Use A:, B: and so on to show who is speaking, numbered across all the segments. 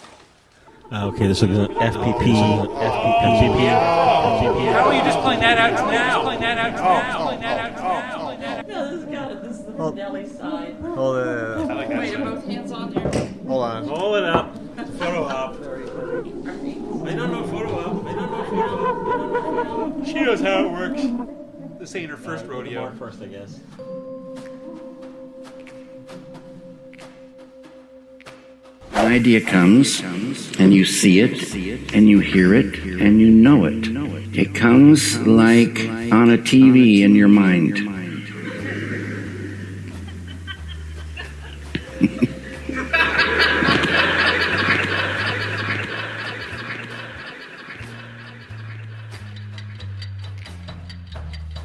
A: Uh, Okay, this is an FPP. FPP.
B: How are you just playing that
C: Oh,
B: out now? Playing that out now? Playing that out now? Playing that out
D: No, this is kind of this is the Nelly side.
E: Hold on.
D: Wait, are both hands on there?
E: Hold on.
F: Roll it up. Photo up. I don't know photo up. I don't know photo up. She knows how it works.
B: now? This ain't her
D: Uh,
B: first rodeo.
A: Mark first, I guess.
G: An idea comes, and you see it, and you hear it, and you know it. It comes like on a TV in your mind.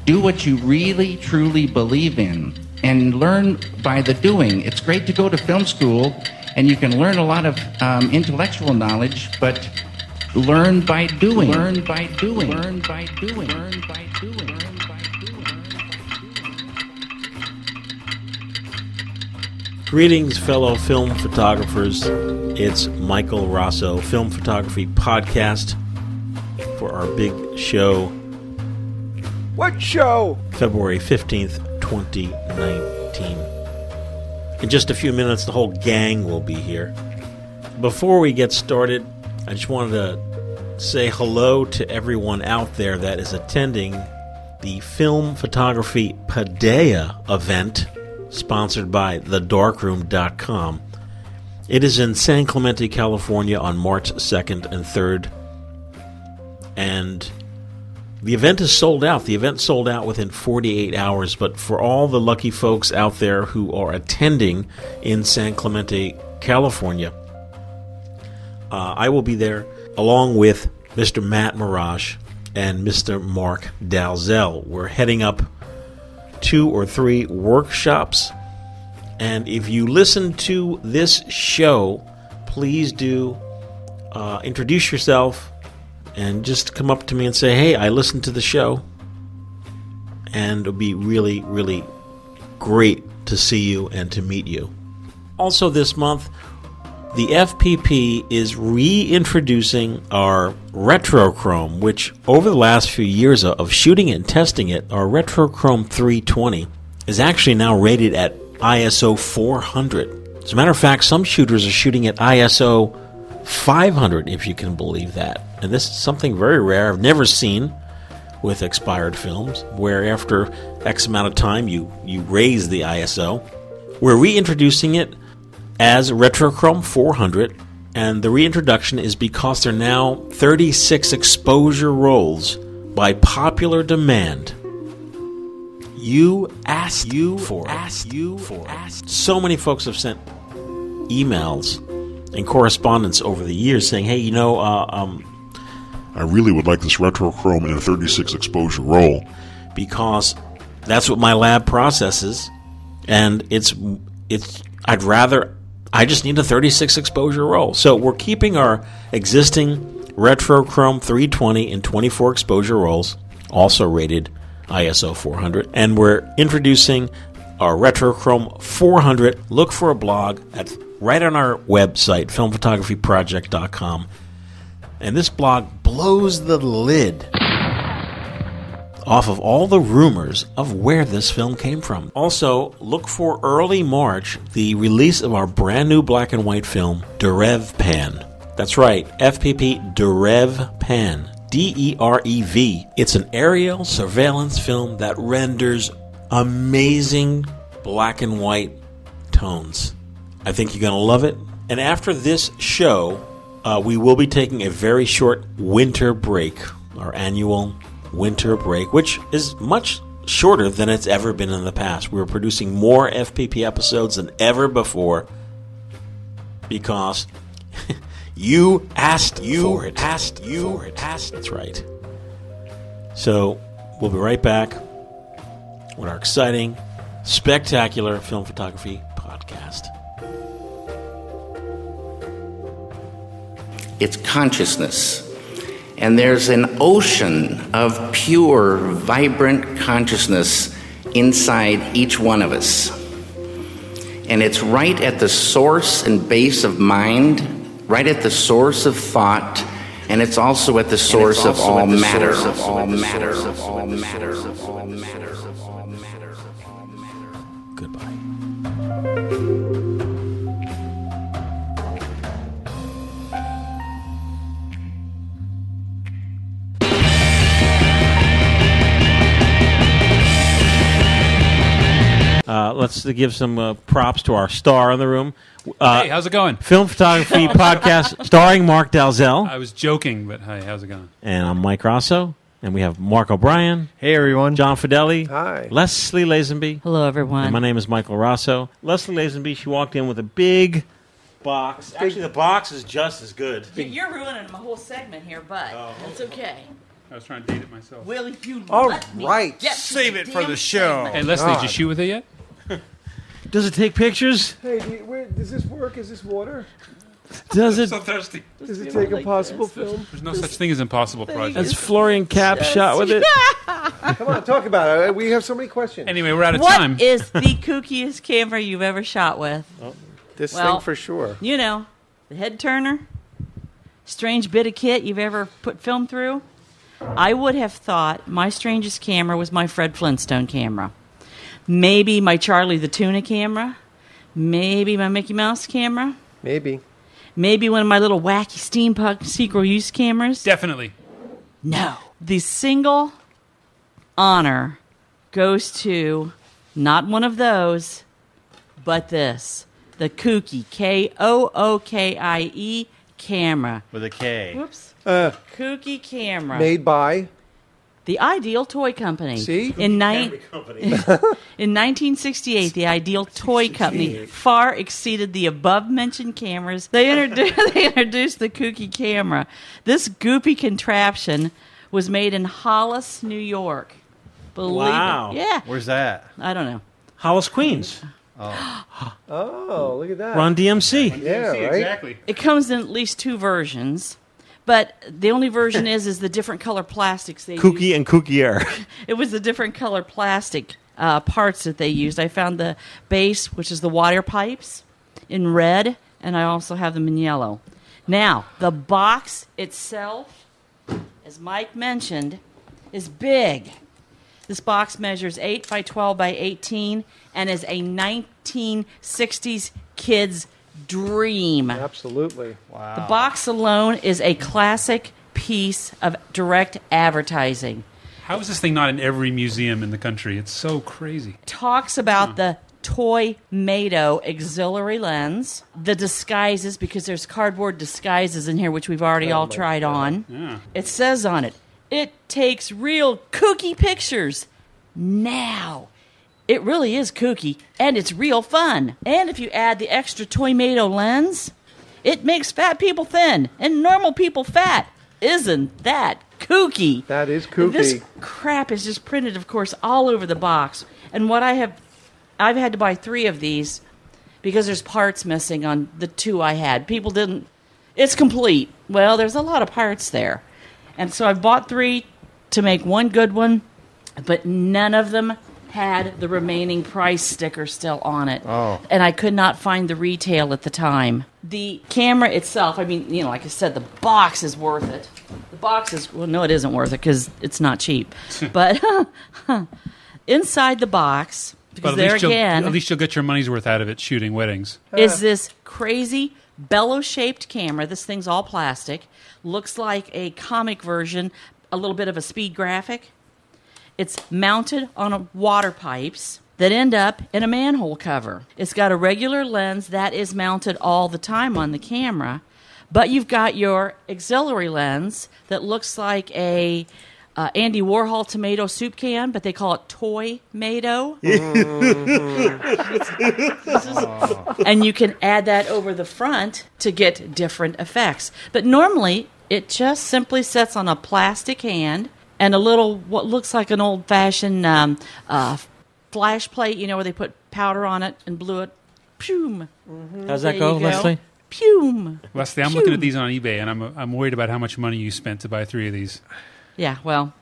H: Do what you really, truly believe in and learn by the doing. It's great to go to film school and you can learn a lot of um, intellectual knowledge, but learn by doing. Learn by doing. Learn by doing. Learn by doing. Learn by doing.
A: Greetings, fellow film photographers. It's Michael Rosso, Film Photography Podcast, for our big show,
E: What show?
A: February 15th, 2019. In just a few minutes, the whole gang will be here. Before we get started, I just wanted to say hello to everyone out there that is attending the Film Photography Padea event sponsored by thedarkroom.com. It is in San Clemente, California on March 2nd and 3rd. And the event is sold out. The event sold out within 48 hours, but for all the lucky folks out there who are attending in San Clemente, California, uh, I will be there along with Mr. Matt Mirage and Mr. Mark Dalzell. We're heading up two or three workshops. And if you listen to this show, please do uh, introduce yourself and just come up to me and say, hey, I listened to the show. And it'll be really, really great to see you and to meet you. Also, this month, the FPP is reintroducing our Retrochrome, which over the last few years of shooting it and testing it, our Retrochrome 320 is actually now rated at ISO 400. As a matter of fact, some shooters are shooting at ISO 500, if you can believe that. And this is something very rare, I've never seen with expired films, where after X amount of time you, you raise the ISO. We're reintroducing it as Retrochrome 400, and the reintroduction is because there are now 36 exposure rolls by popular demand. You asked you for asked you for asked. So many folks have sent emails and correspondence over the years saying, "Hey, you know, uh, um,
I: I really would like this retrochrome in a 36 exposure roll.
A: because that's what my lab processes and it's it's I'd rather I just need a 36 exposure roll. So we're keeping our existing Retrochrome 320 and 24 exposure rolls also rated ISO 400 and we're introducing our Retrochrome 400. Look for a blog at right on our website filmphotographyproject.com and this blog blows the lid off of all the rumors of where this film came from. Also, look for early March the release of our brand new black and white film, Derev Pan. That's right, FPP Derev Pan. D E R E V. It's an aerial surveillance film that renders amazing black and white tones. I think you're going to love it. And after this show, uh, we will be taking a very short winter break, our annual winter break, which is much shorter than it's ever been in the past. We're producing more FPP episodes than ever before because you asked you for it. Asked you for it. Asked. That's right. So we'll be right back with our exciting, spectacular film photography podcast.
G: It's consciousness. And there's an ocean of pure, vibrant consciousness inside each one of us. And it's right at the source and base of mind
H: right at the source of thought, and it's also at the source of all matter. Of all matter. Of all matter. Of all matter. Of all matter.
A: Goodbye. Uh, let's give some uh, props to our star in the room. Uh,
J: Hey, how's it going?
A: Film Photography Podcast starring Mark Dalzell.
J: I was joking, but hey, how's it going?
A: And I'm Mike Rosso. And we have Mark O'Brien. Hey, everyone. John Fideli.
E: Hi.
A: Leslie Lazenby.
K: Hello,
A: And my
K: everyone.
A: name is Michael Rosso. Leslie Lazenby, she walked in with a big box. Actually, the box is just as good.
D: You're ruining my whole segment here, but it's okay.
J: I was trying to date it myself.
D: Will Oh. you
E: All
D: let me
E: right.
D: get to
E: Save
D: the
E: it for
D: damn
E: the show.
J: Hey,
D: segment?
J: Leslie, did you
E: God.
J: shoot with it yet?
A: Does it take pictures?
E: Hey, do you, where, does this work? Is this water?
A: Does it?
J: thirsty.
E: Does it take a possible film?
J: There's no such thing as impossible
A: That's
J: projects.
A: Florian Cap shot with it.
E: Come on, talk about it. We have so many questions.
J: Anyway, we're out of time.
D: What is the kookiest camera you've ever shot with?
E: this
D: well-
E: thing for sure.
D: You know, the head turner, strange bit of kit you've ever put film through. I would have thought my strangest camera was my Fred Flintstone camera. Maybe my Charlie the Tuna camera. Maybe my Mickey Mouse camera.
E: Maybe.
D: Maybe one of my little wacky steampunk secret use cameras.
J: Definitely.
D: No. The single honor goes to not one of those, but this the Kooky, K O O K I E camera.
L: with a K.
D: Whoops. Kooky camera.
E: Uh, Made by.
D: the Ideal Toy Company.
E: See?
D: In, ni- in 1968, the Ideal Toy Company far exceeded the above mentioned cameras. They, introdu- they introduced the kooky camera. This goopy contraption was made in Hollis, New York. Believe
A: Wow.
D: It. Yeah.
L: Where's that?
D: I don't know.
A: Hollis Queens.
E: Oh, look at that.
A: Run DMC.
E: Yeah,
J: See,
E: right?
J: Exactly.
D: It comes in at least two versions. But the only version is is the different color plastics they use.
L: Kooky and kookier.
D: it was the different color plastic uh, parts that they used. I found the base, which is the water pipes, in red, and I also have them in yellow. Now, the box itself, as Mike mentioned, is big. This box measures 8 by 12 by 18 and is a 1960s kid's dream.
E: Absolutely.
D: The box alone is a classic piece of direct advertising.
J: How is this thing not in every museum in the country? It's so crazy.
D: talks about the toy Mado auxiliary lens, the disguises, because there's cardboard disguises in here, which we've already all tried on. It says on it, it takes real kooky pictures now. It really is kooky, and it's real fun. And if you add the extra toy Mado lens, it makes fat people thin and normal people fat. Isn't that kooky?
E: That is kooky.
D: This crap is just printed, of course, all over the box. And what I have, I've had to buy three of these because there's parts missing on the two I had. People didn't. It's complete. Well, there's a lot of parts there, and so I've bought three to make one good one, but none of them had the remaining price sticker still on it. Oh. And I could not find the retail at the time. The camera itself, I mean, you know, like I said, the box is worth it. The box is, well, no, it isn't worth it because it's not cheap. but inside the box, because
J: at
D: there
J: least, you'll,
D: again,
J: at least you'll get your money's worth out of it shooting weddings.
D: is this crazy bellow shaped camera. This thing's all plastic. Looks like a comic version, a little bit of a speed graphic. It's mounted on a water pipes that end up in a manhole cover. It's got a regular lens that is mounted all the time on the camera, but you've got your auxiliary lens that looks like a uh, Andy Warhol tomato soup can, but they call it toy mato. and you can add that over the front to get different effects. But normally, it just simply sits on a plastic hand and a little what looks like an old fashioned um, uh, flash plate, you know, where they put powder on it and blew it. Pum.
A: How's
D: There
A: that
D: you
A: go,
D: go.
A: Leslie?
D: Pum.
J: Leslie, I'm looking at these on eBay, and I'm, I'm worried about how much money you spent to buy three of these.
D: Yeah, well,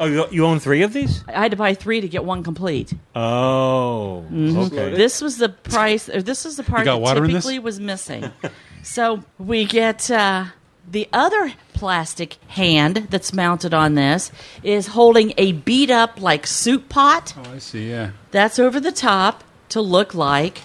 A: Oh, you, you own three of these?
D: I had to buy three to get one complete.
A: Oh. Okay. Mm-hmm.
D: This was the price, or this is the part
J: got
D: that
J: water in this?
D: typically was missing. So we get uh, the other plastic hand that's mounted on this is holding a beat up like soup pot
J: Oh, I see. Yeah.
D: that's over the top to look like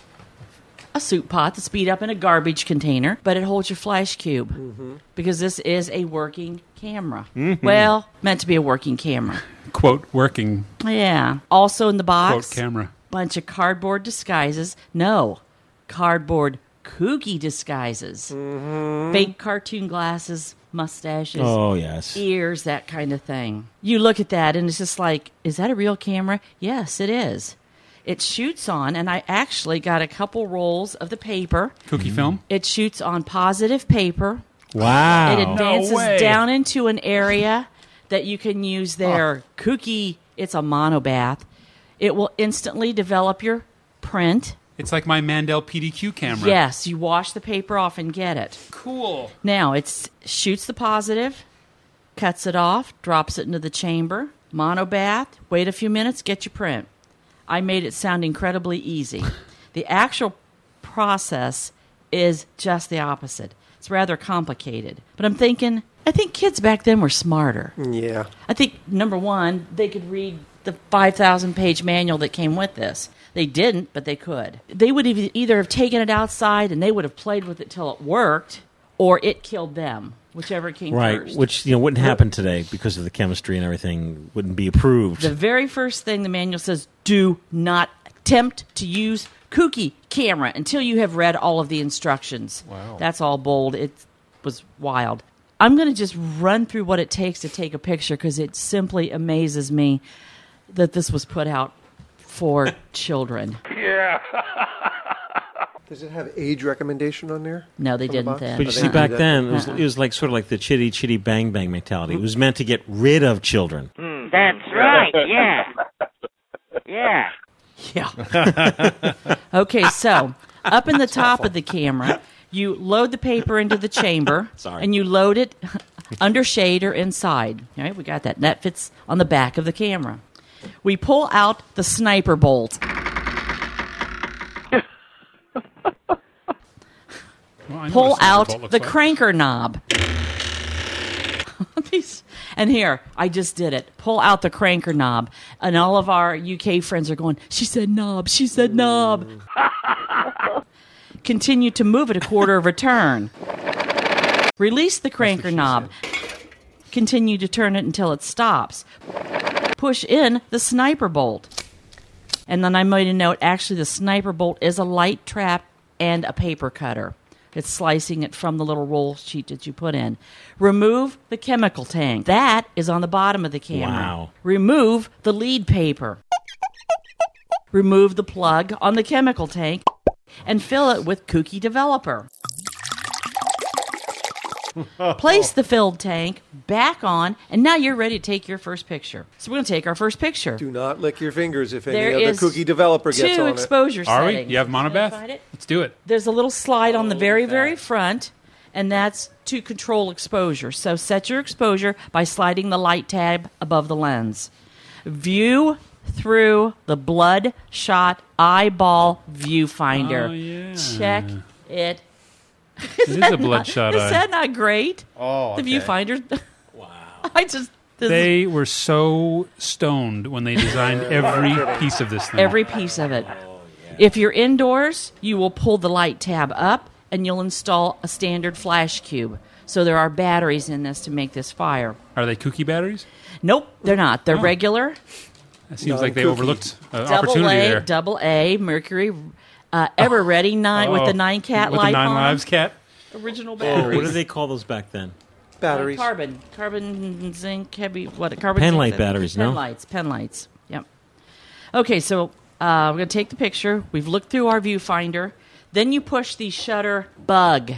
D: a soup pot that's beat up in a garbage container, but it holds your flash cube because this is a working camera.
J: Mm-hmm.
D: Well, meant to be a working camera.
J: Quote working.
D: Yeah. Also in the box,
J: Quote camera.
D: bunch of cardboard disguises. No, cardboard kooky disguises. Fake cartoon glasses, mustaches,
A: Oh, yes.
D: ears, that kind of thing. You look at that and it's just like, is that a real camera? Yes, it is. It shoots on, and I actually got a couple rolls of the paper.
J: Cookie film.
D: It shoots on positive paper.
A: Wow.
D: It advances
J: way.
D: down into an area that you can use their kooky. It's a monobath. It will instantly develop your print.
J: It's like my Mandel PDQ camera.
D: Yes, you wash the paper off and get it.
J: Cool.
D: Now it shoots the positive, cuts it off, drops it into the chamber, monobath, wait a few minutes, get your print. I made it sound incredibly easy. the actual process is just the opposite. It's rather complicated. But I'm thinking, I think kids back then were smarter.
E: Yeah.
D: I think number one, they could read the 5,000 page manual that came with this. They didn't, but they could. They would have either have taken it outside and they would have played with it till it worked, or it killed them, whichever came
A: Right,
D: first.
A: which you know wouldn't happen today because of the chemistry and everything wouldn't be approved.
D: the very first thing the manual says do not attempt to use kooky camera until you have read all of the instructions. Wow. That's all bold. It was wild. I'm going to just run through what it takes to take a picture because it simply amazes me that this was put out for children.
E: Does it have age recommendation on there?
D: No, they
E: From the
D: didn't
E: box?
D: then.
A: but you
E: they
A: see,
E: do
A: back
E: that.
A: then it was, it was like sort of like the chitty chitty bang bang mentality. It was meant to get rid of children.
K: That's right. Yeah. Yeah.
D: Yeah. okay, so up in the top of the camera, you load the paper into the chamber,
A: Sorry.
D: and you load it under shade or inside. All right, we got that. That fits on the back of the camera. We pull out the sniper bolt.
J: Well, I know
D: Pull
J: what a sniper bolt
D: out
J: looks
D: the
J: like.
D: cranker knob. These- and here, I just did it. Pull out the cranker knob. And all of our UK friends are going, She said knob, she said knob. Continue to move it a quarter of a turn. Release the cranker knob. Continue to turn it until it stops. Push in the sniper bolt. And then I made a note actually, the sniper bolt is a light trap and a paper cutter. It's slicing it from the little roll sheet that you put in. Remove the chemical tank. That is on the bottom of the camera.
A: Wow.
D: Remove the lead paper. Remove the plug on the chemical tank and fill it with kooky developer. Place the filled tank back on, and now you're ready to take your first picture. So we're going to take our first picture.
E: Do not lick your fingers if
D: There
E: any other
D: is
E: cookie developer
D: two
E: gets on
D: exposure
J: Are we?
D: settings.
J: You have
D: Find
J: monobath?
D: it?
J: Let's do it.
D: There's a little slide on the
E: Oh,
D: very, very front, and that's to control exposure. So set your exposure by sliding the light tab above the lens. View through the bloodshot eyeball viewfinder.
J: Oh, yeah.
D: Check it.
J: It is a bloodshot
D: Is
J: eye.
D: that not great? Oh, the viewfinder. wow. I just this is
J: They were so stoned when they designed every piece of this thing.
D: every piece of it.
J: Oh,
D: If you're indoors, you will pull the light tab up and you'll install a standard flash cube. So there are batteries in this to make this fire.
J: Are they kooky batteries?
D: Nope, they're not. They're regular,
J: It seems like they
E: kooky.
J: overlooked Oh. an
D: double
J: opportunity
D: A,
J: there.
D: double A, mercury, uh, ever ready nine with the
J: Oh,
D: nine cat
J: with
D: light
J: the nine
D: on 'em.
J: lives Oh, cat.
D: original
A: What
D: batteries.
A: did they call those back then?
E: it. Batteries.
D: Carbon, carbon, zinc, heavy, what? Carbon.
A: Pen
D: zinc,
A: light
D: zinc.
A: batteries,
D: Pen
A: no?
D: lights. Pen lights. Yep. Okay, so uh, we're gonna take the picture. We've looked through our viewfinder. Then you push the shutter bug.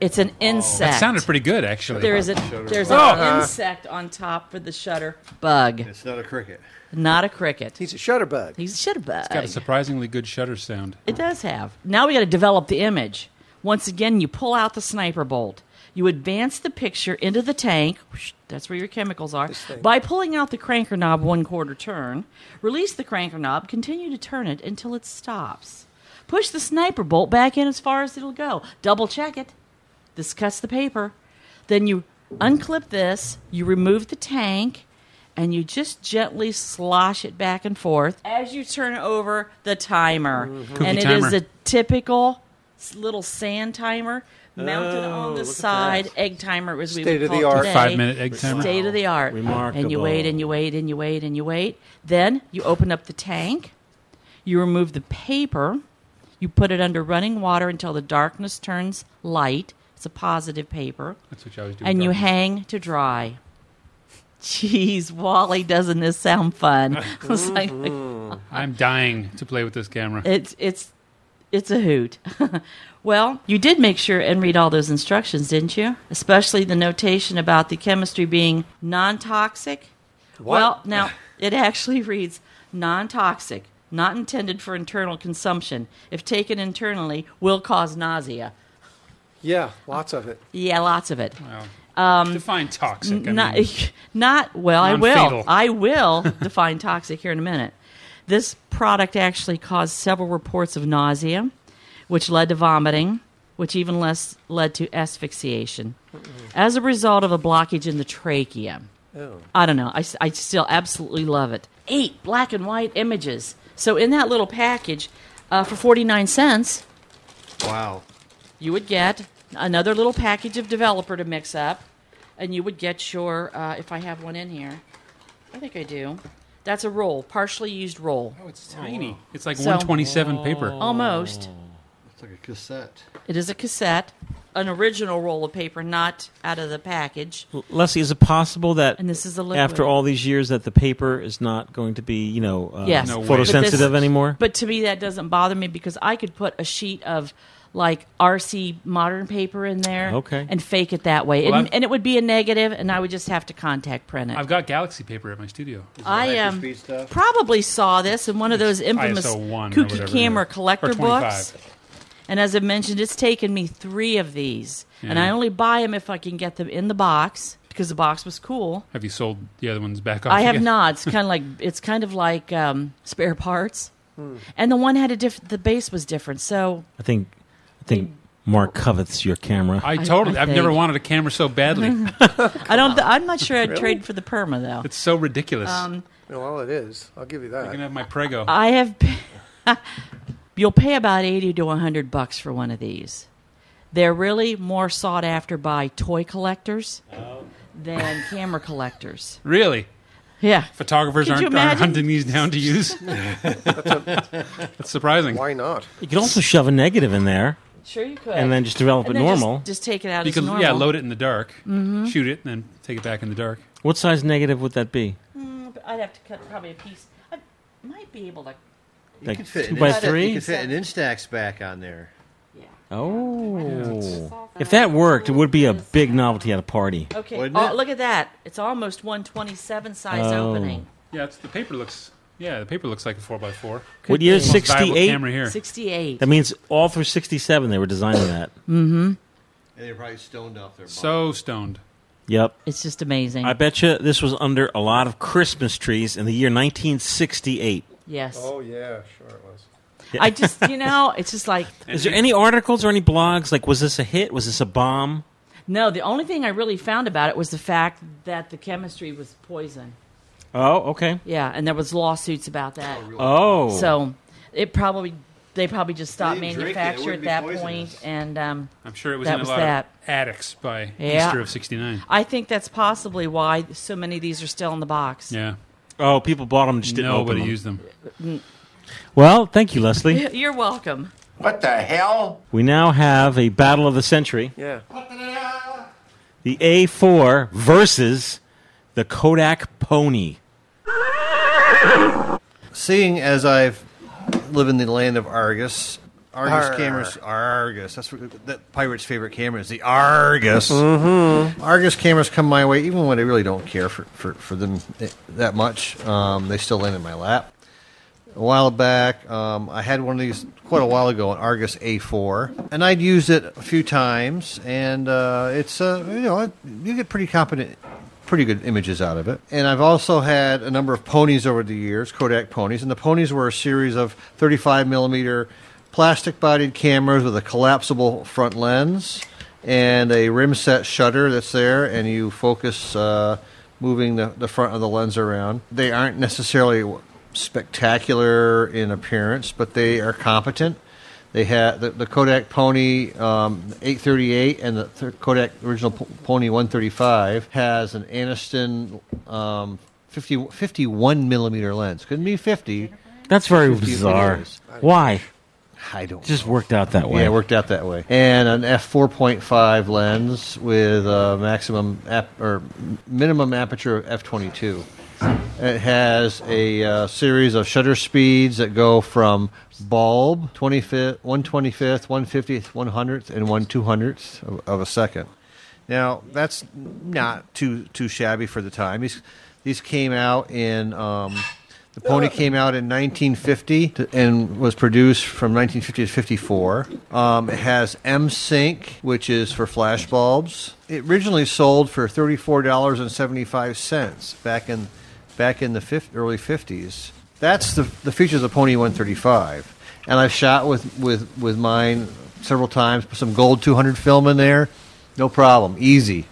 D: It's an insect.
J: Oh. That sounded pretty good, actually.
D: There is a there's an
J: Oh.
D: insect on top for the shutter bug,
L: It's not a cricket.
D: not a cricket.
E: He's a shutterbug.
D: He's a shutter bug.
J: got a surprisingly good shutter sound.
D: It does have. Now we got to develop the image. Once again, you pull out the sniper bolt. You advance the picture into the tank. whoosh, That's where your chemicals are. By pulling out the cranker knob one quarter turn, release the cranker knob, continue to turn it until it stops. Push the sniper bolt back in as far as it'll go. Double check it. This cuts the paper. Then you unclip this, you remove the tank, and you just gently slosh it back and forth as you turn over the timer.
J: Mm-hmm. Cookie
D: And it is
J: timer.
D: a typical s- little sand timer mounted on the
J: Oh, look at
D: side, egg timer as we
J: State
D: would
J: of
D: call
J: the
D: it
J: art.
D: today.
J: Five-minute egg timer.
D: State of the art. And you
J: Remarkable.
D: wait and you wait and you wait and you wait. Then you open up the tank. You remove the paper. You put it under running water until the darkness turns light. It's a positive paper.
J: That's what you always do with
D: And you
J: darkness.
D: hang to dry. Jeez, Wally, doesn't this sound fun? I was like,
J: I'm dying to play with this camera.
D: it's it's it's a hoot. well, you did make sure and read all those instructions, didn't you? Especially the notation about the chemistry being non-toxic.
L: What?
D: Well, now it actually reads non-toxic, not intended for internal consumption. If taken internally, will cause nausea.
E: Yeah, lots of it.
D: Yeah, lots of it. Um,
J: define toxic. I
D: not,
J: mean.
D: not well. I
J: Non-fatal.
D: will. I will define toxic here in a minute. This product actually caused several reports of nausea, which led to vomiting, which even less led to asphyxiation, as a result of a blockage in the trachea.
B: Oh.
D: I don't know. I, s- I still absolutely love it. Eight black and white images. So in that little package, uh, for forty nine cents,
E: Wow.
D: you would get another little package of developer to mix up, and you would get your, uh, if I have one in here, I think I do. That's a roll, partially used roll. Oh, it's
J: tiny. It's like 127 paper.
D: Oh. Almost.
C: It's like a cassette.
D: It is a cassette, an original roll of paper, not out of the package.
A: Leslie, is it possible that
D: And this is a liquid.
A: after all these years that the paper is not going to be, you know, uh,
D: yes.
A: photosensitive
D: But this-
A: anymore?
D: But to me, that doesn't bother me because I could put a sheet of like RC modern paper in there
J: Okay.
D: and fake it that way.
J: Well,
D: and,
J: I've-
D: and it would be a negative, and I would just have to contact print it.
J: I've got Galaxy paper at my studio.
D: I um, probably saw this in one of those infamous
J: ISO 1 or
D: kooky
J: whatever
D: camera
J: it is.
D: collector
J: Or 25.
D: books. And as I mentioned, it's taken me three of these, and
J: Yeah.
D: I only buy them if I can get them in the box because the box was cool.
J: Have you sold the other ones back off?
D: I have
J: again?
D: not. It's kind of like it's kind of like um, spare parts,
J: Hmm.
D: and the one had a different. The base was different, so
A: I think, I think Mark covets your camera.
J: I totally.
D: I
J: I've never
D: think.
J: wanted a camera so badly.
D: I don't. Th- I'm not sure I'd
J: Really?
D: trade for the perma though.
J: it's so ridiculous.
D: Um, uh,
E: well, it is. I'll give you that.
J: I can have my Prego.
D: I have. p- You'll pay about eighty to hundred bucks for one of these. They're really more sought after by toy collectors than camera collectors.
J: really?
D: Yeah.
J: Photographers
D: Could you
J: aren't, aren't
D: imagine?
J: hunting these down to use. That's surprising.
E: Why not?
A: You could also shove a negative in there.
D: Sure, you could.
A: And then just develop
D: And
A: it
D: then just-
A: normal.
D: Just, take it out
J: You
D: as
J: could,
D: normal.
J: yeah, load it in the dark,
D: Mhm.
J: shoot it, and then take it back in the dark.
A: What size negative would that be?
D: Mm, but I'd have to cut probably a piece. I might be able to.
C: You
A: Like
C: could fit
A: two
C: an
A: by
C: Instax-
A: three?
C: You could fit an Instax back on there.
A: Oh. If that worked, it would be a big novelty at a party.
D: Okay.
C: Wouldn't
D: Oh,
C: it?
D: look at that. It's almost 127 size
A: Oh.
D: opening.
J: Yeah, it's, the paper looks. Yeah, the paper looks like a four x four.
A: What year?
J: Most viable
A: 68?
J: Camera here.
D: 68.
A: That means all through 67 they were designing that.
D: Mm-hmm.
C: And they're probably stoned off their.
J: So stoned.
A: Yep.
D: It's just amazing.
A: I bet you this was under a lot of Christmas trees in the year 1968.
D: Yes.
E: Oh yeah, sure it was.
A: Yeah.
D: I just, you know, it's just like.
A: Is there any articles or any blogs? Like, was this a hit? Was this a bomb?
D: No, the only thing I really found about it was the fact that the chemistry was poison.
A: Oh, okay.
D: Yeah, and there was lawsuits about that.
A: Oh.
D: So it probably they probably just stopped
J: They didn't drink it, it
D: manufacture at
J: wouldn't be
D: that
J: poisonous.
D: point, and um,
J: I'm sure it was
D: that
J: in a
D: was
J: lot
D: that.
J: of addicts by
D: Yeah.
J: Easter of '69.
D: I think that's possibly why so many of these are still in the box.
J: Yeah.
A: Oh, people bought them, just didn't
J: Nobody
A: open them.
J: used them.
D: Mm.
A: Well, thank you, Leslie.
D: You're welcome.
C: What the hell?
A: We now have a battle of the century.
E: Yeah.
A: The A4 versus the Kodak Pony.
C: Seeing as I've lived in the land of Argus, Argus
E: Arr.
C: cameras, Argus. That's what, that pirate's favorite camera is the Argus.
E: Mhm.
C: Argus cameras come my way, even when I really don't care for, for, for them that much. Um, they still land in my lap. A while back, um, I had one of these quite a while ago, an Argus A4, and I'd used it a few times, and uh, it's uh, you know it- you get pretty competent, pretty good images out of it. And I've also had a number of ponies over the years, Kodak ponies, and the ponies were a series of 35 millimeter plastic bodied cameras with a collapsible front lens and a rim set shutter that's there, and you focus uh, moving the, the front of the lens around. They aren't necessarily spectacular in appearance, but they are competent. They had the, the Kodak Pony um, 838 and the thir- Kodak original P- Pony 135 has an Aniston um, 50, 51 millimeter lens. Couldn't be 50.
L: That's very
C: 50
L: bizarre.
C: millimeters.
L: Why?
C: I don't.
L: Just worked out that way.
C: Yeah, it worked out that way. And an f4.5 lens with a maximum ap- or minimum aperture of f22. It has a uh, series of shutter speeds that go from bulb 25th, 125th, 150th, 100th, and 1 200th of, of a second. Now that's not too too shabby for the time. These these came out in um, the pony came out in 1950 to- and was produced from 1950 to 54. Um, it has M Sync, which is for flash bulbs. It originally sold for thirty four dollars and seventy five cents back in back in the fif- early 50s. That's the the features of Pony 135, and I've shot with with with mine several times. Put some gold 200 film in there, no problem, easy.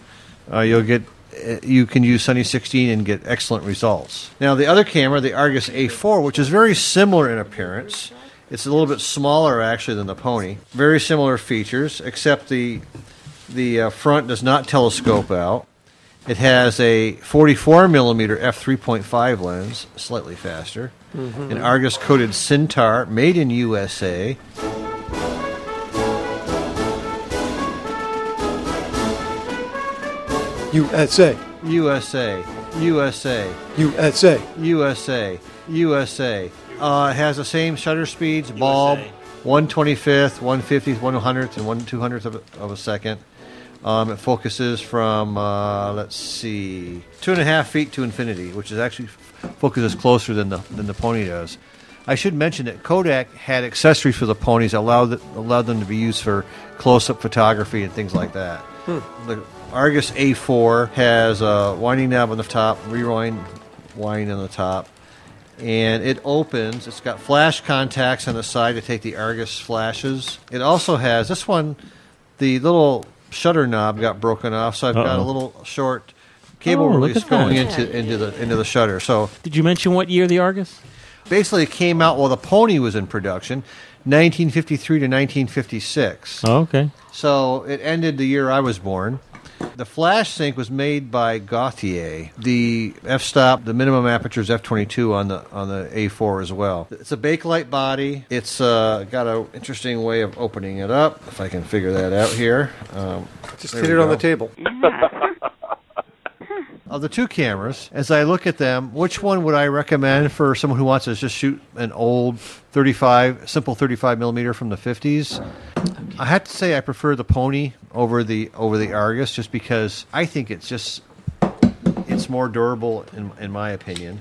C: Uh, you'll get uh, you can use Sunny 16 and get excellent results. Now the other camera, the Argus A4, which is very similar in appearance. It's a little bit smaller actually than the Pony. Very similar features, except the the uh, front does not telescope out. It has a 44 millimeter f3.5 lens, slightly faster.
E: Mhm.
C: An Argus coated Cintar, made in USA.
E: USA.
C: USA. USA.
E: USA.
C: USA. USA. Uh, it has the same shutter speeds, bulb, 125th, 150th, 100th, and 1 200th of a, of a second. Um, it focuses from, uh, let's see, two and a half feet to infinity, which is actually f- focuses closer than the, than the pony does. I should mention that Kodak had accessories for the ponies that allowed, that allowed them to be used for close up photography and things like that. The Argus A4 has a winding knob on the top, rewind wind on the top, and it opens. It's got flash contacts on the side to take the Argus flashes. It also has this one. The little shutter knob got broken off, so I've got a
A: Uh-oh.
C: little short cable
A: Oh, look
C: release
A: at
C: going
A: that.
C: into into the into the shutter. So
A: Did you mention what year the Argus?
C: basically, it came out while the Pony was in production, 1953 to 1956.
A: Oh, okay.
C: So it ended the year I was born. The flash sync was made by Gauthier. The f-stop, the minimum aperture is f22 on the on the A4 as well. It's a bakelite body. It's uh, got an interesting way of opening it up. If I can figure that out here, um,
E: Just
C: there
E: hit
C: we
E: it on
C: go.
E: the table.
C: Of the two cameras, as I look at them, which one would I recommend for someone who wants to just shoot an old 35, simple 35 millimeter from the 50s? I have to say I prefer the Pony over the over the Argus, just because I think it's just it's more durable in, in my opinion.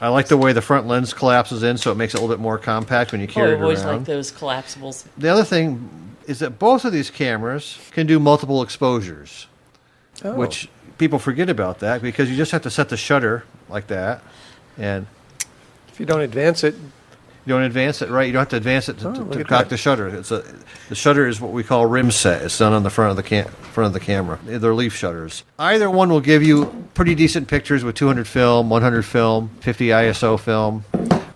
C: I like the way the front lens collapses in, so it makes it a little bit more compact when you carry
D: Oh,
C: it
D: I've always
C: around.
D: like those collapsibles.
C: The other thing is that both of these cameras can do multiple exposures,
D: Oh.
C: which people forget about that because you just have to set the shutter like that, and
E: If you don't advance it,
C: you don't advance it right. You don't have to advance it to,
E: Oh,
C: to-
E: look
C: to
E: at
C: cock
E: that.
C: the shutter. It's a the shutter is what we call rim set. It's done on the front of the cam- front of the camera. They're leaf shutters. Either one will give you pretty decent pictures with 200 film, 100 film, 50 ISO film.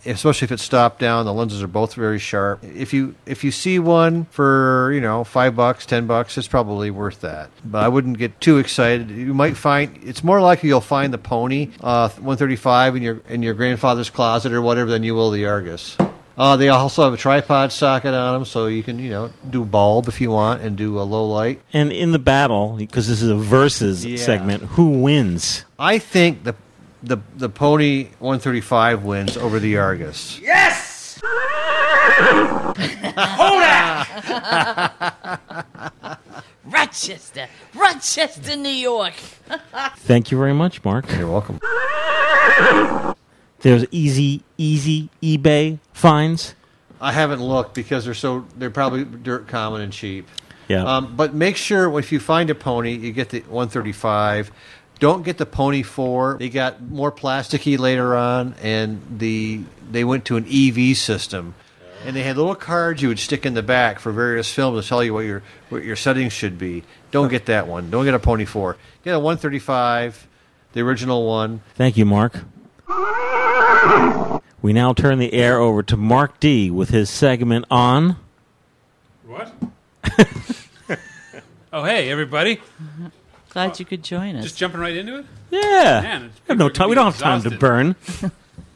C: Especially if it's stopped down, the lenses are both very sharp. If you if you see one for you know five bucks, ten bucks, it's probably worth that. But I wouldn't get too excited. You might find it's more likely you'll find the Pony uh, 135 in your in your grandfather's closet or whatever than you will the Argus. Uh, they also have a tripod socket on them, so you can you know do bulb if you want and do a low light.
A: And in the battle, because this is a versus
C: Yeah.
A: segment, who wins?
C: I think the the the Pony 135 wins over the Argus.
B: Yes!
D: Kodak! Rochester, Rochester, New York.
A: Thank you very much, Mark. You're
C: welcome.
A: There's easy, easy eBay finds.
C: I haven't looked because they're so they're probably dirt common and cheap.
A: Yeah.
C: Um, but make sure if you find a pony, you get the 135. Don't get the pony four. They got more plasticky later on, and the they went to an EV E system. and they had little cards you would stick in the back for various films to tell you what your what your settings should be. Don't get that one. Don't get a Pony Four. Get a 135, the original one.
A: Thank you, Mark. We now turn the air over to Mark D with his segment on.
J: What? oh, hey, everybody.
D: Glad you could join us.
J: Just jumping right into it?
A: Yeah,
J: Man, it's-
A: we have no time. We don't have time to
J: exhausted.
A: burn.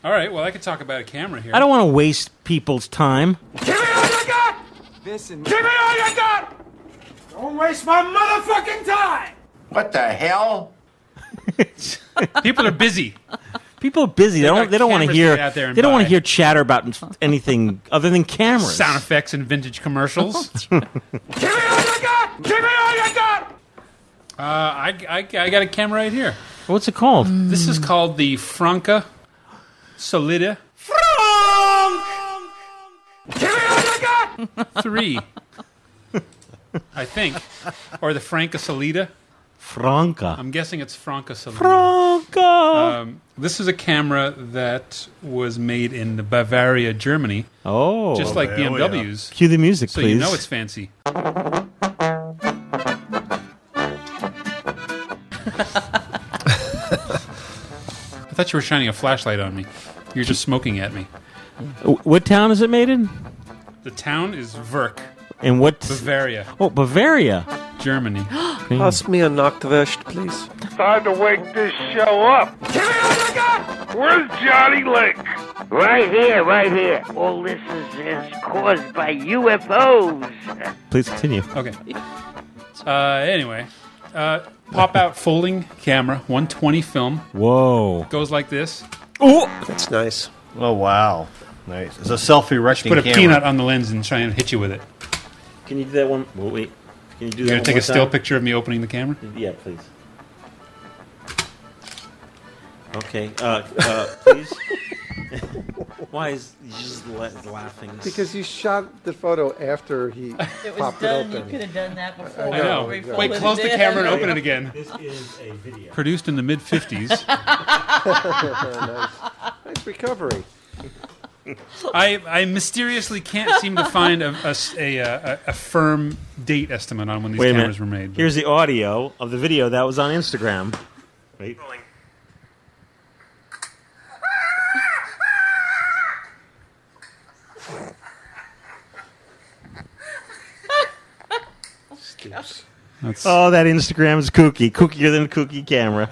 J: All right, well, I could talk about a camera here.
A: I don't want to waste people's time.
B: This and give me all you got. Don't waste my motherfucking time.
L: What the hell?
J: People are busy.
A: People are busy. They
J: They
A: don't.
J: got
A: They don't want to
J: cameras
A: hear.
J: to get out there and
A: They don't want to
J: buy.
A: hear chatter about anything other than cameras.
J: Sound effects and vintage commercials.
B: Give me all you got.
J: Uh, I, I, I got a camera right here.
A: What's it called?
J: This is called the Franca Solida
B: Give me all you got.
J: 3, I think. Or the Franca Solida.
A: Franca.
J: I'm guessing it's Franca Solida.
A: Franca.
J: Um, this is a camera that was made in Bavaria, Germany.
A: Oh,
J: Just like
A: Bavaria.
J: BMWs.
A: Cue the music,
J: so
A: Oh, please.
J: you know it's fancy. I thought you were shining a flashlight on me. You're just smoking at me.
A: W- what town is it made in?
J: The town is Verk,
A: And what?
J: Bavaria,
A: Oh, Bavaria.
J: Germany.
E: Pass me a Nachtwäsche, please.
L: Time to wake this show up. Give me all you got. Where's Johnny Link?
K: Right here, right here. All this is, is caused by UFOs.
A: Please continue.
J: Okay. Uh, anyway, uh, pop out folding camera, 120 film.
A: Whoa.
J: Goes like this.
A: Oh,
E: that's nice.
C: Oh wow, nice. It's a self-erecting
J: Put a
C: camera.
J: peanut on the lens and try and hit you with it.
A: Can you do that one? Well, wait. Can you do
J: You
A: that?
J: gonna
A: one
J: take
A: more
J: a still
A: time?
J: picture of me opening the camera?
A: Yeah, please. Okay. Uh, uh, please. Why is you just la- laughing?
E: Because you shot the photo after he
D: it was
E: popped
D: done.
E: it
D: You
E: open.
D: could have done that before.
J: I know.
D: We folded
J: Wait,
D: it
J: close the
D: in.
J: camera and open it again.
A: This is a video.
J: Produced in the mid 50s.
E: nice. nice recovery.
J: I, I mysteriously can't seem to find a, a s- a, uh, a- a firm date estimate on when these
A: Wait a
J: cameras
A: minute.
J: were made.
A: Here's the audio of the video that was on Instagram. Wait. Oh, that Instagram is kooky, kookier than a kooky camera.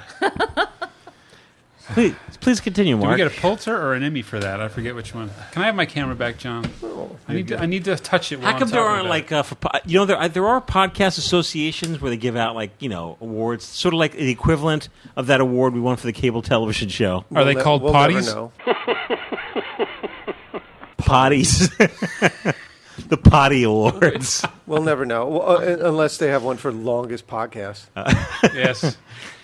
A: please, please continue,
J: Did we
A: Mark.
J: get a Pulitzer or an Emmy for that? I forget which one. Can I have my camera back, John? I need to, I need to touch it. While
A: How come
J: I'm
A: there
J: talking
A: aren't
J: about it.
A: like uh, for po- you know there are, there are podcast associations where they give out like you know awards, sort of like the equivalent of that award we won for the cable television show.
J: Are they
E: ne-
J: called
E: we'll never
J: potties?
E: know.
A: Potties, the potty awards.
E: We'll never know. Well, uh, un- unless they have one for longest podcast.
J: yes.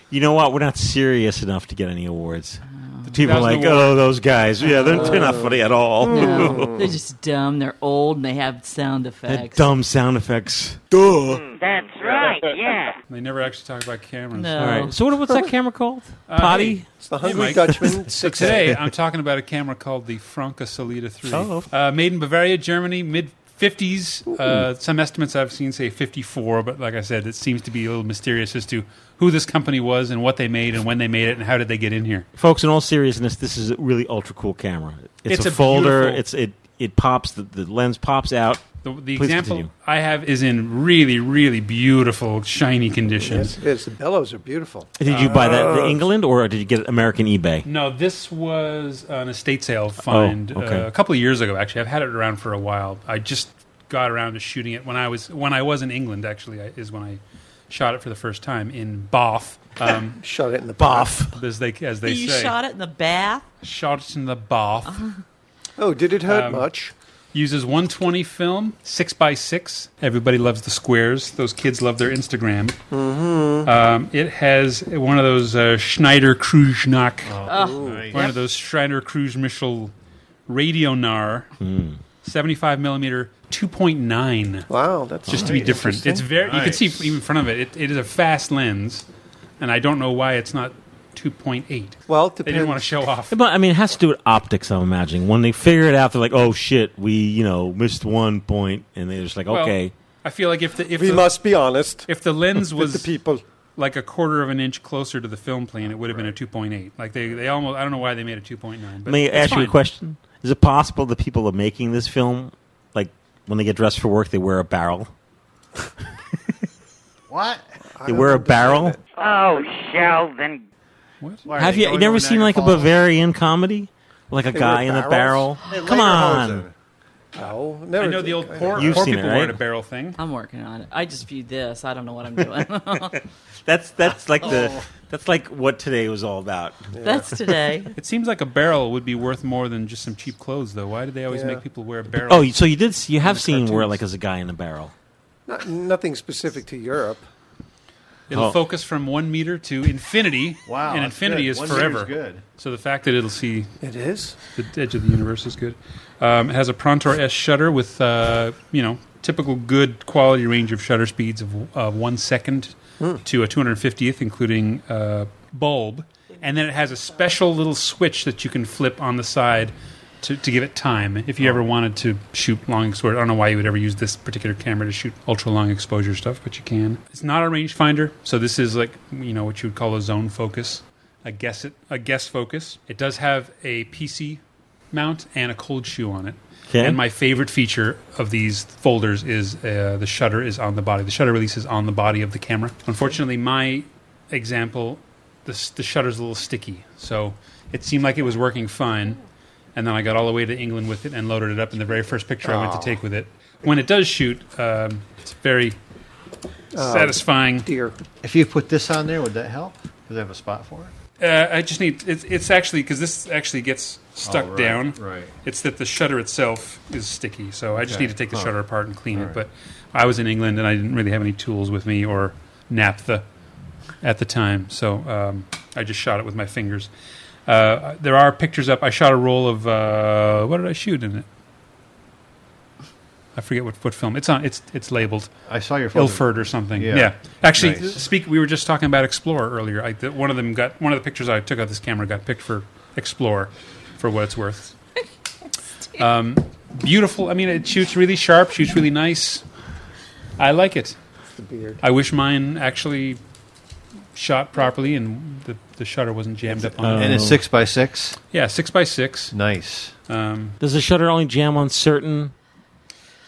A: You know what? We're not serious enough to get any awards. The people are
J: That was
A: like,
J: the award. Oh.
A: oh, those guys. Yeah, they're, they're not funny at all.
D: No, they're just dumb. They're old and they have sound
J: Hmm.
D: effects.
A: Dumb sound effects. Duh.
K: That's right, yeah.
J: They never actually talk about cameras.
D: No.
A: All right. So what, what's that camera called?
J: Oh. Uh, hey.
A: Potty.
E: It's the
J: Hey,
E: Hungry
J: Mike.
E: Dutchman.
J: So
E: Six
J: today I'm talking about a camera called the Franca Solida 3.
A: Oh.
J: Uh, made in Bavaria, Germany, mid 50s. Uh, some estimates I've seen say 54, but like I said, it seems to be a little mysterious as to who this company was and what they made and when they made it and how did they get in here.
A: Folks, in all seriousness, this is a really ultra cool camera. It's,
J: It's
A: a,
J: a
A: folder.
J: beautiful-
A: It's it it pops the, the lens pops out.
J: The, the
A: Please
J: example
A: continue.
J: I have is in really, really beautiful, shiny condition.
E: Yes, it is. The bellows are beautiful.
A: Did you buy that
E: Uh,
A: in England or did you get it American eBay?
J: No, this was an estate sale find
A: okay.
J: uh, a couple of years ago. Actually, I've had it around for a while. I just got around to shooting it when I was when I was in England. Actually, I, is when I shot it for the first time in Bath, um,
E: Shut it in the
A: Boff.
J: as they as they
D: You
J: say.
D: shot it Uh-huh. in the bath.
J: Shot it in the Bath.
E: Oh, did it hurt
J: Um,
E: much?
J: Uses 120 film, six by six. Everybody loves the squares. Those kids love their Instagram.
E: Mm-hmm.
J: Um, it has one of those uh, Schneider
E: Oh,
J: Kruznak, one of those Schneider Kruz Michel Radionar,
A: Hmm.
J: 75 millimeter, 2.9.
E: Wow, that's
J: Just to be different, it's very. You can
L: Nice.
J: see even in front of it, it. It is a fast lens, and I don't know why it's not two point eight.
E: Well, it
J: they didn't want to show off.
A: But I mean, it has to do with optics. I'm imagining when they figure it out, they're like, "Oh shit, we you know missed one point," and they're just like,
J: Well,
A: "Okay."
J: I feel like if the if
E: We
J: the,
E: must be honest,
J: if the lens
E: with
J: was
E: the people,
J: like a quarter of an inch closer to the film plane, it would have been a two point eight. Like they they almost I don't know why they made a two point nine. But
A: Let me
J: it's
A: ask you a
J: fine.
A: question: Is it possible the people are making this film, like when they get dressed for work, they wear a barrel?
C: What?
A: They wear a barrel.
M: Oh, Sheldon.
C: What?
A: Have you, you never seen like a Bavarian comedy, like a
E: They
A: guy
E: wear
A: in a barrel?
E: barrels?
J: They
A: Come
J: layer
A: on,
E: No,
J: I know the old poor,
A: You've
J: poor
A: seen
J: people
A: it, right?
J: wearing a barrel thing.
D: I'm working on it. I just viewed this. I don't know what I'm doing.
A: that's that's like the
D: Oh.
A: that's like what today was all about.
D: That's today.
J: it seems like a barrel would be worth more than just some cheap clothes, though. Why do they always
E: Yeah.
J: make people wear a barrel?
A: Oh, so you did s- you have seen where like as a guy in a barrel?
E: Not, nothing specific to Europe.
J: It'll
A: Oh.
J: focus from one meter to infinity.
E: Wow,
J: and
E: that's
J: infinity
E: good.
J: is
E: One meter's
J: forever.
E: good.
J: So the fact that it'll see
E: it is
J: the edge of the universe is good. Um, it has a Prontor S shutter with uh, you know typical good quality range of shutter speeds of uh, one second
N: Hmm.
J: to a 250th, including uh, bulb, and then it has a special little switch that you can flip on the side. To, to give it time, if you
E: Oh.
J: ever wanted to shoot long exposure, I don't know why you would ever use this particular camera to shoot ultra long exposure stuff, but you can. It's not a rangefinder, so this is like you know what you would call a zone focus, a guess it, a guess focus. It does have a PC mount and a cold shoe on it.
A: Okay.
J: And my favorite feature of these folders is uh, the shutter is on the body. The shutter release is on the body of the camera. Unfortunately, my example, the, s- the shutter's a little sticky, so it seemed like it was working fine. And then I got all the way to England with it and loaded it up in the very first picture I went
N: Aw.
J: to take with it. When it does shoot, um, it's very
C: Oh,
J: satisfying.
E: Dear.
C: If you put this on there, would that help? Because I have a spot for it.
J: Uh, I just need it's, it's actually because this actually gets stuck
C: Oh, right,
J: down.
C: right.
J: It's that the shutter itself is sticky, so I just
N: Okay,
J: need to take the
N: huh.
J: shutter apart and clean
N: All
J: it.
N: right.
J: But I was in England and I didn't really have any tools with me or naphtha at the time, so um, I just shot it with my fingers. Uh, there are pictures up. I shot a roll of uh, what did I shoot in it? I forget what, what film. It's on. It's it's labeled.
C: I saw your photo.
J: Ilford or something.
C: Yeah.
J: Yeah. Actually,
C: Nice.
J: speak. We were just talking about Explorer earlier. I, the, one of them got one of the pictures I took of this camera got picked for Explorer, for what it's worth. um, beautiful. I mean, it shoots really sharp. Shoots really nice. I like it.
E: the beard.
J: I wish mine actually shot properly and the, the shutter wasn't jammed up on it.
C: And it's six by six.
J: Yeah, six by six.
C: Nice.
J: Um,
A: Does the shutter only jam on certain?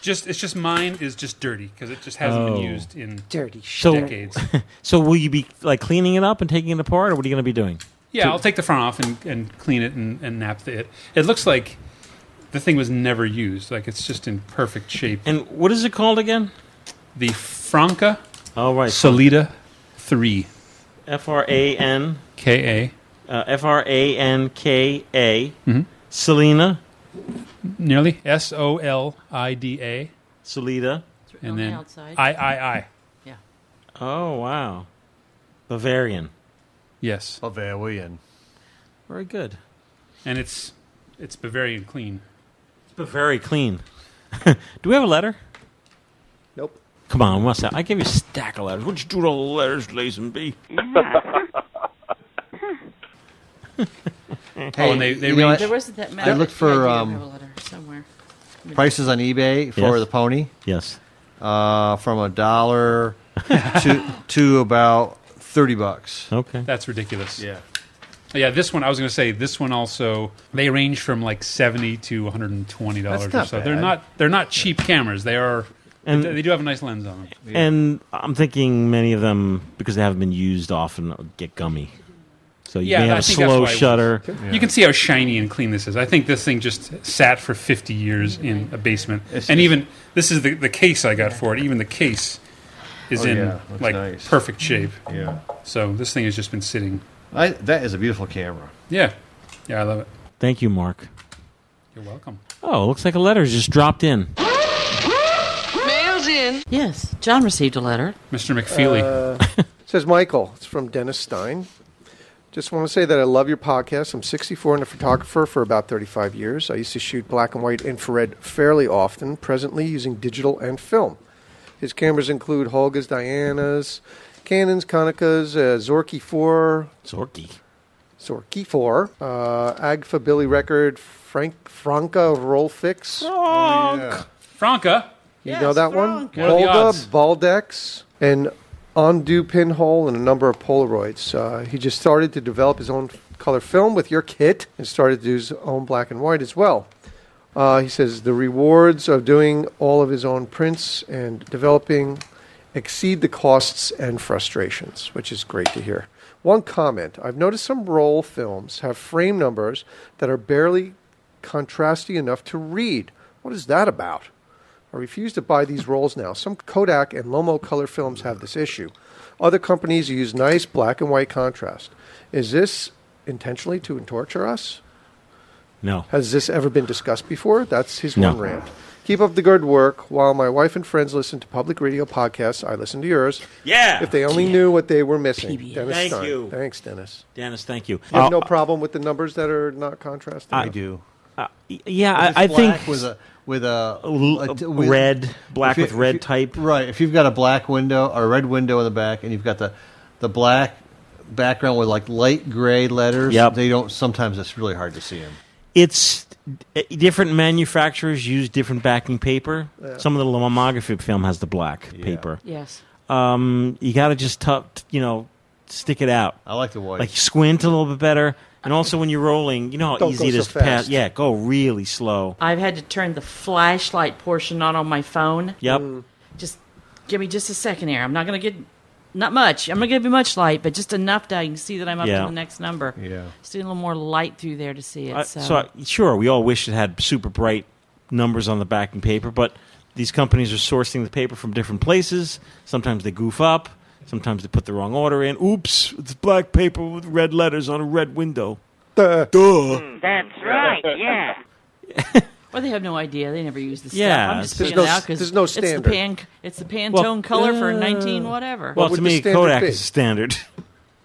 J: Just it's just mine is just dirty because it just hasn't
A: Oh.
J: been used in
E: Dirty
A: So,
J: decades.
A: so will you be like cleaning it up and taking it apart, or what are you going to be doing?
J: Yeah, I'll take the front off and, and clean it and, and nap it. It looks like the thing was never used. Like it's just in perfect shape.
A: And what is it called again?
J: The Franca.
A: Oh right,
J: Solita three.
A: F R A N
J: K
A: A. F R A N K A.
J: Mhm.
A: Selena.
J: Nearly S O L I D A.
A: Solita.
J: And
D: on the
J: then
D: outside.
J: I I I.
A: Oh wow, Bavarian.
J: Yes.
C: Bavarian.
A: Very good.
J: And it's it's Bavarian clean.
A: But very clean. Do we have a letter?
E: Nope.
A: Come on, what's that? I gave you a stack of letters. What'd you do to all the letters, Jason B?
J: oh, and they they
C: you know
J: read
C: what?
D: There wasn't that many.
C: I looked
D: Yeah, I do
C: for
D: have a
C: um,
D: letter somewhere.
C: prices on eBay for
A: Yes.
C: the pony.
A: Yes.
C: Uh, from a dollar to to about thirty bucks.
A: Okay.
J: That's ridiculous.
C: Yeah.
J: Yeah, this one I was going to say this one also they range from like 70 to 120 dollars
C: That's
J: or
C: not
J: so. They're
C: bad.
J: not they're not cheap cameras. They are
A: And-
J: they do have a nice lens on them.
A: And I'm thinking many of them, because they haven't been used often, get gummy. So you may have
J: I
A: a
J: think that's
A: slow
J: why it was-
A: shutter.
J: You can see how shiny and clean this is. I think this thing just sat for 50 years in a basement. and even this is the, the case I got for it. Even the case is
C: Oh,
J: in
C: yeah. Looks
J: like
C: nice.
J: perfect shape.
C: Yeah.
J: So this thing has just been sitting.
C: I, that is a beautiful camera.
J: Yeah. Yeah, I love it.
A: Thank you, Mark.
J: You're welcome.
A: Oh, looks like a letter just dropped in.
D: Mail's in. Yes, John received a letter.
J: Mr. McFeely.
E: Uh, says Michael. It's from Dennis Stein. Just want to say that I love your podcast. I'm 64 and a photographer for about 35 years. I used to shoot black and white infrared fairly often, presently using digital and film. His cameras include Holga's, Diana's, Canon's, Konica, uh, Zorky 4,
A: Zorky.
E: Sorkifor, uh, Agfa Billy Record, Frank Franca Roll Fix.
J: Frank. Franca.
E: You know that one?
J: What are the
E: Balda,
J: odds?
E: Baldex, and Undo Pinhole, and a number of Polaroids. Uh, he just started to develop his own color film with your kit and started to do his own black and white as well. Uh, he says the rewards of doing all of his own prints and developing exceed the costs and frustrations, which is great to hear. One comment I've noticed some roll films have frame numbers that are barely contrasty enough to read. What is that about? I refuse to buy these rolls now. Some Kodak and Lomo color films have this issue. Other companies use nice black and white contrast. Is this intentionally to torture us?
A: No.
E: Has this ever been discussed before? That's his
A: No.
E: one rant. Keep up the good work. While my wife and friends listen to public radio podcasts, I listen to yours.
O: Yeah.
E: If they only knew what they were missing. Dennis
O: Thank
E: Stein.
O: you.
E: Thanks, Dennis.
O: Dennis, thank you.
E: You have
O: Uh,
E: no problem with the numbers that are not contrasting.
A: I- I
C: do.
A: Uh, yeah,
C: If it's
A: I, I
C: black
A: think
C: with a with a,
A: L-
C: a t-
A: red, black
C: if you-
A: with red
C: if you-
A: type.
C: Right. If you've got a black window or a red window in the back, and you've got the the black background with like light gray letters,
A: Yep.
C: they don't. Sometimes it's really hard to see them.
A: it's uh, different manufacturers use different backing paper.
C: Yeah.
A: Some of the lomography film has the black paper.
D: Yes.
A: Um, you got to just tuck, you know, stick it out.
C: I like the white.
A: Like squint a little bit better, and also when you're rolling, you know how
D: Don't
A: easy
D: go
A: it
D: so
A: is to pass.
D: fast.
A: Yeah, go really slow.
D: I've had to turn the flashlight portion on on my phone.
A: Yep. Mm.
D: Just give me just a second here. I'm not going to get not much. I'm not going to be much light, but just enough that I can see that I'm up
A: Yeah.
D: to the next number.
A: Yeah.
D: Just need a little more light through there to see it.
A: I-
D: so.
A: so I- sure, we all wish it had super bright numbers on the backing paper, but these companies are sourcing the paper from different places. Sometimes they goof up. Sometimes they put the wrong order in. Oops, it's black paper with red letters on a red window. Duh.
P: That's right, yeah.
D: or they have no idea. They never use the
A: Yeah,
D: stuff. I'm just
A: there's no
D: picking it out
A: s-
D: because
A: there's no
D: It's
A: standard.
D: the, pan, it's the Pantone
A: Well,
D: color for
A: uh,
D: 19 whatever.
A: Well, to me, Kodak is standard.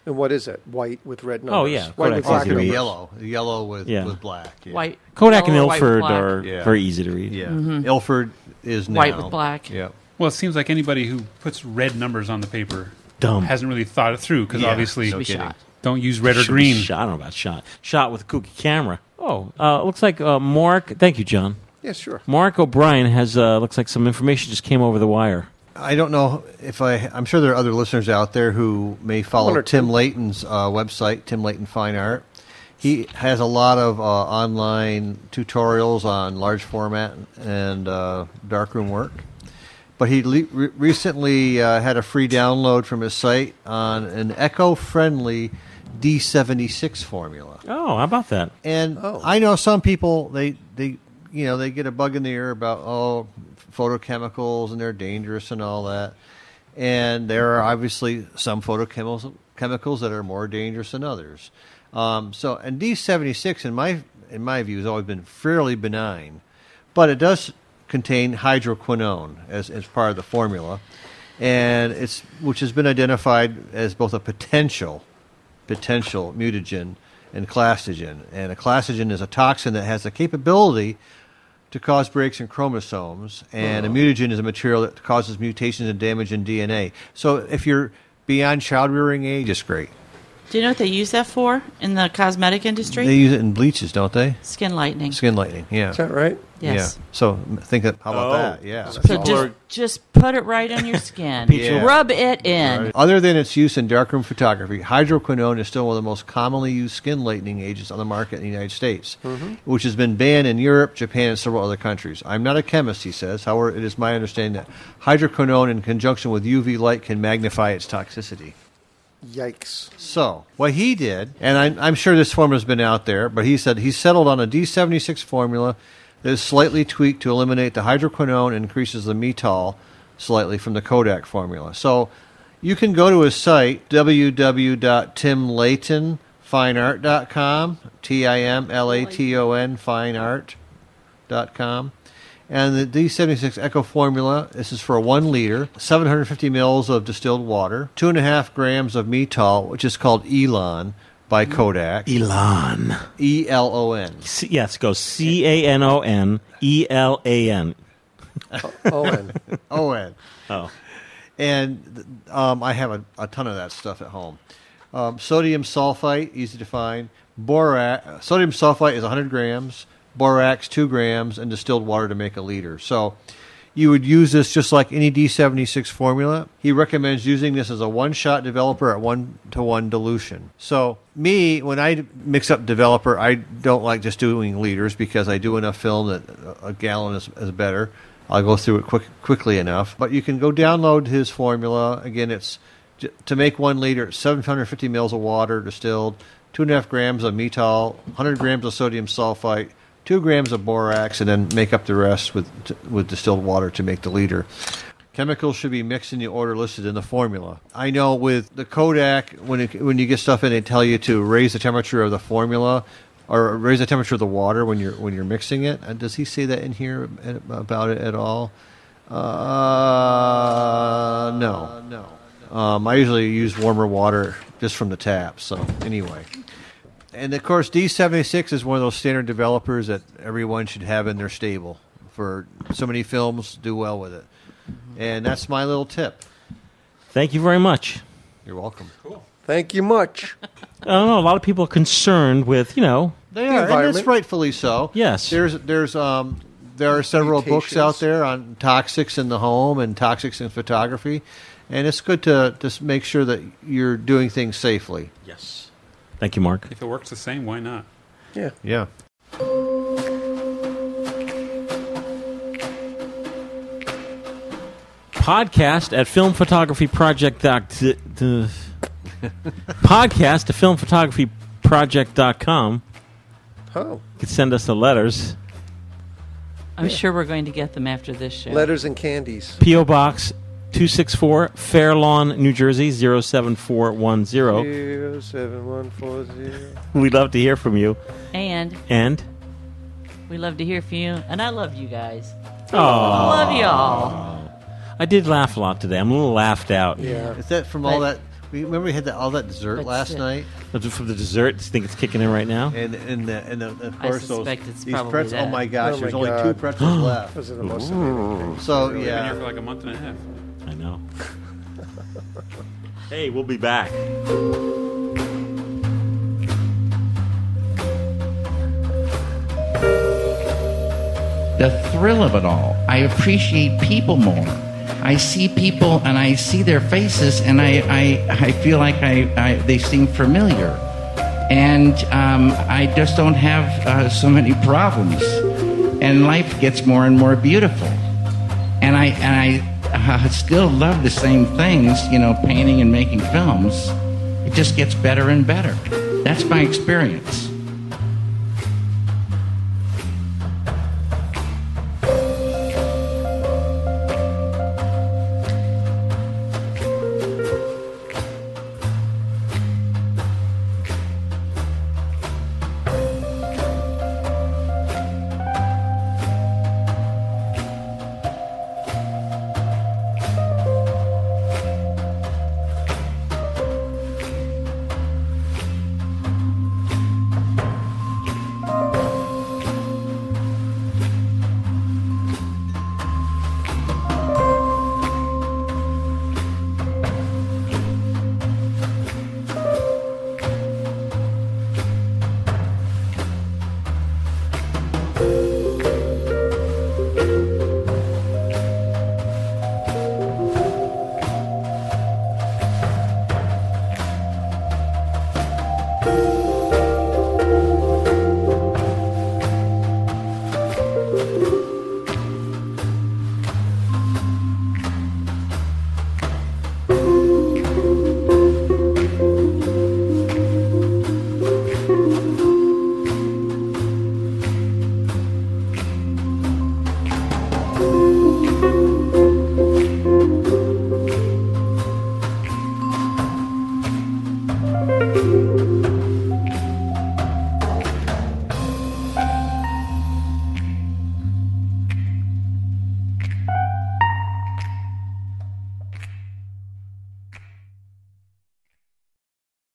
E: And what is it? White with red numbers.
A: Oh, yeah,
E: White
A: Kodak
E: with
A: is
E: black
A: easy to read.
E: numbers.
C: Yellow, yellow with
A: Yeah.
C: with black. yeah.
D: White-
A: Kodak and
D: yellow or white with
A: Ilford
D: black.
A: are
C: Yeah.
A: very easy to read.
C: Yeah,
D: Mhm.
C: Ilford is now
D: White with black.
C: Yeah,
J: Well, it seems like anybody who puts red numbers on the paper
A: Dumb.
J: hasn't really thought it through because
A: Yeah,
J: obviously
A: no Should be kidding. shot.
J: don't use red or
A: Should be
J: green.
A: Shot. I don't know about shot. Shot with a kooky camera. Oh, uh, looks like uh, Mark. Thank you, John.
E: Yeah, sure.
A: Mark O'Brien has uh, looks like some information just came over the wire.
C: I don't know if I. I'm sure there are other listeners out there who may
E: One
C: follow
E: or
C: Tim Layton's uh, website, Tim Layton Fine Art. He has a lot of uh, online tutorials on large format and uh, darkroom work. But he le- re- recently uh, had a free download from his site on an eco-friendly D76 formula.
A: Oh, how about that?
C: And I know some people they they you know they get a bug in the ear about oh photochemicals and they're dangerous and all that. And there are obviously some photochemicals chemicals that are more dangerous than others. Um, so and D seventy six in my in my view has always been fairly benign, but it does contain hydroquinone as as part of the formula, and it's which has been identified as both a potential potential mutagen and clastogen. And a clastogen is a toxin that has the capability to cause breaks in chromosomes, and a mutagen is a material that causes mutations and damage in DNA. So if you're beyond child rearing age, it's great.
D: Do you know what they use that for in the cosmetic industry?
C: They use it in bleaches, don't they?
D: Skin lightening.
C: Skin lightening, yeah. Is
E: that right?
D: Yes.
C: Yeah. So m- think that, how about
A: Oh.
C: that? Yeah.
A: So
D: So just, just put it right on your skin.
C: People-
D: Rub it in.
C: Right. Other than its use in darkroom photography, hydroquinone is still one of the most commonly used skin lightening agents on the market in the United States,
E: Mhm.
C: which has been banned in Europe, Japan, and several other countries. I'm not a chemist, he says. However, it is my understanding that hydroquinone, in conjunction with UV light, can magnify its toxicity.
E: Yikes.
C: So, what he did, and I'm, I'm sure this formula's been out there, but he said he settled on a D76 formula that is slightly tweaked to eliminate the hydroquinone and increases the metol slightly from the Kodak formula. So, you can go to his site, www.timlaytonfineart.com, T I M L A T O N, fine art dot com, And the D76 Echo formula, this is for one liter, 750 mils of distilled water, two and a half grams of metol, which is called Elon by Kodak.
A: Elon.
C: E L O N.
A: C- yes, go C A N O N E L A N.
E: Owen.
C: Owen.
A: Oh.
C: And um, I have a, a ton of that stuff at home. Um, sodium sulfite, easy to find. Borax, sodium sulfite is 100 grams, borax 2 grams, and distilled water to make a liter. So you would use this just like any D76 formula. He recommends using this as a one shot developer at one to one dilution. So, me, when I mix up developer, I don't like just doing liters because I do enough film that a- a gallon is, is better. I'll go through it quick, quickly enough. But you can go download his formula. Again, it's j- to make one liter, it's 750 mils of water distilled, two and a half grams of metol, 100 grams of sodium sulfite, two grams of borax, and then make up the rest with t- with distilled water to make the liter. Chemicals should be mixed in the order listed in the formula. I know with the Kodak, when it, when you get stuff in, they tell you to raise the temperature of the formula or raise the temperature of the water when you're when you're mixing it. Uh, Does he say that in here uh, about it at all? Uh, no, no. Um, I usually use warmer water just from the tap. So anyway, and of course, D76 is one of those standard developers that everyone should have in their stable for so many films do well with it. And that's my little tip.
Q: Thank you very much.
C: You're welcome. Cool.
E: Thank you much.
Q: I don't know. A lot of people are concerned with, you know,
C: They are, and that's rightfully so.
Q: Yes.
C: There's there's um there are several books
Q: Mutations.
C: out there on toxics in the home and toxics in photography, and it's good to just make sure that you're doing things safely.
A: Yes.
Q: Thank you, Mark.
J: If it works the same, why not?
E: Yeah.
C: Yeah.
Q: podcast at filmphotographyproject.com. podcast at filmphotographyproject.com.
E: Oh.
Q: You can send us the letters.
D: I'm sure we're going to get them after this show.
E: Letters and candies.
Q: P.O. Box 264, Fair Lawn, New Jersey
A: Oh.
Q: 07410.
E: Zero seven one four zero.
Q: We'd love to hear from you.
D: And
Q: And
D: we love to hear from you. And I love you guys.
Q: Oh.
D: Love y'all.
Q: I did laugh a lot today. I'm a little laughed out.
C: Is that from all that? We remember we had that all that dessert
Q: But
C: last
Q: shit.
C: night,
Q: From the dessert, you think it's kicking in right now?
C: and and the, and the, of
Q: I
C: course those
Q: suspect it's
C: these
Q: probably
C: pretzels. Oh
Q: that.
C: my gosh,
Q: Oh
C: there's
Q: my
C: only
Q: God.
C: two pretzels left.
E: Those are the most amazing
C: Ooh.
E: things.
C: So
J: We've been
C: yeah,
J: here for like a month and a half.
Q: I know. hey, we'll be back.
H: the thrill of it all. I appreciate people more. I see people and I see their faces and I, I, I feel like I, I, they seem familiar. And um, I just don't have uh, so many problems. And life gets more and more beautiful. And I, and I uh, still love the same things, you know, painting and making films. It just gets better and better. That's my experience.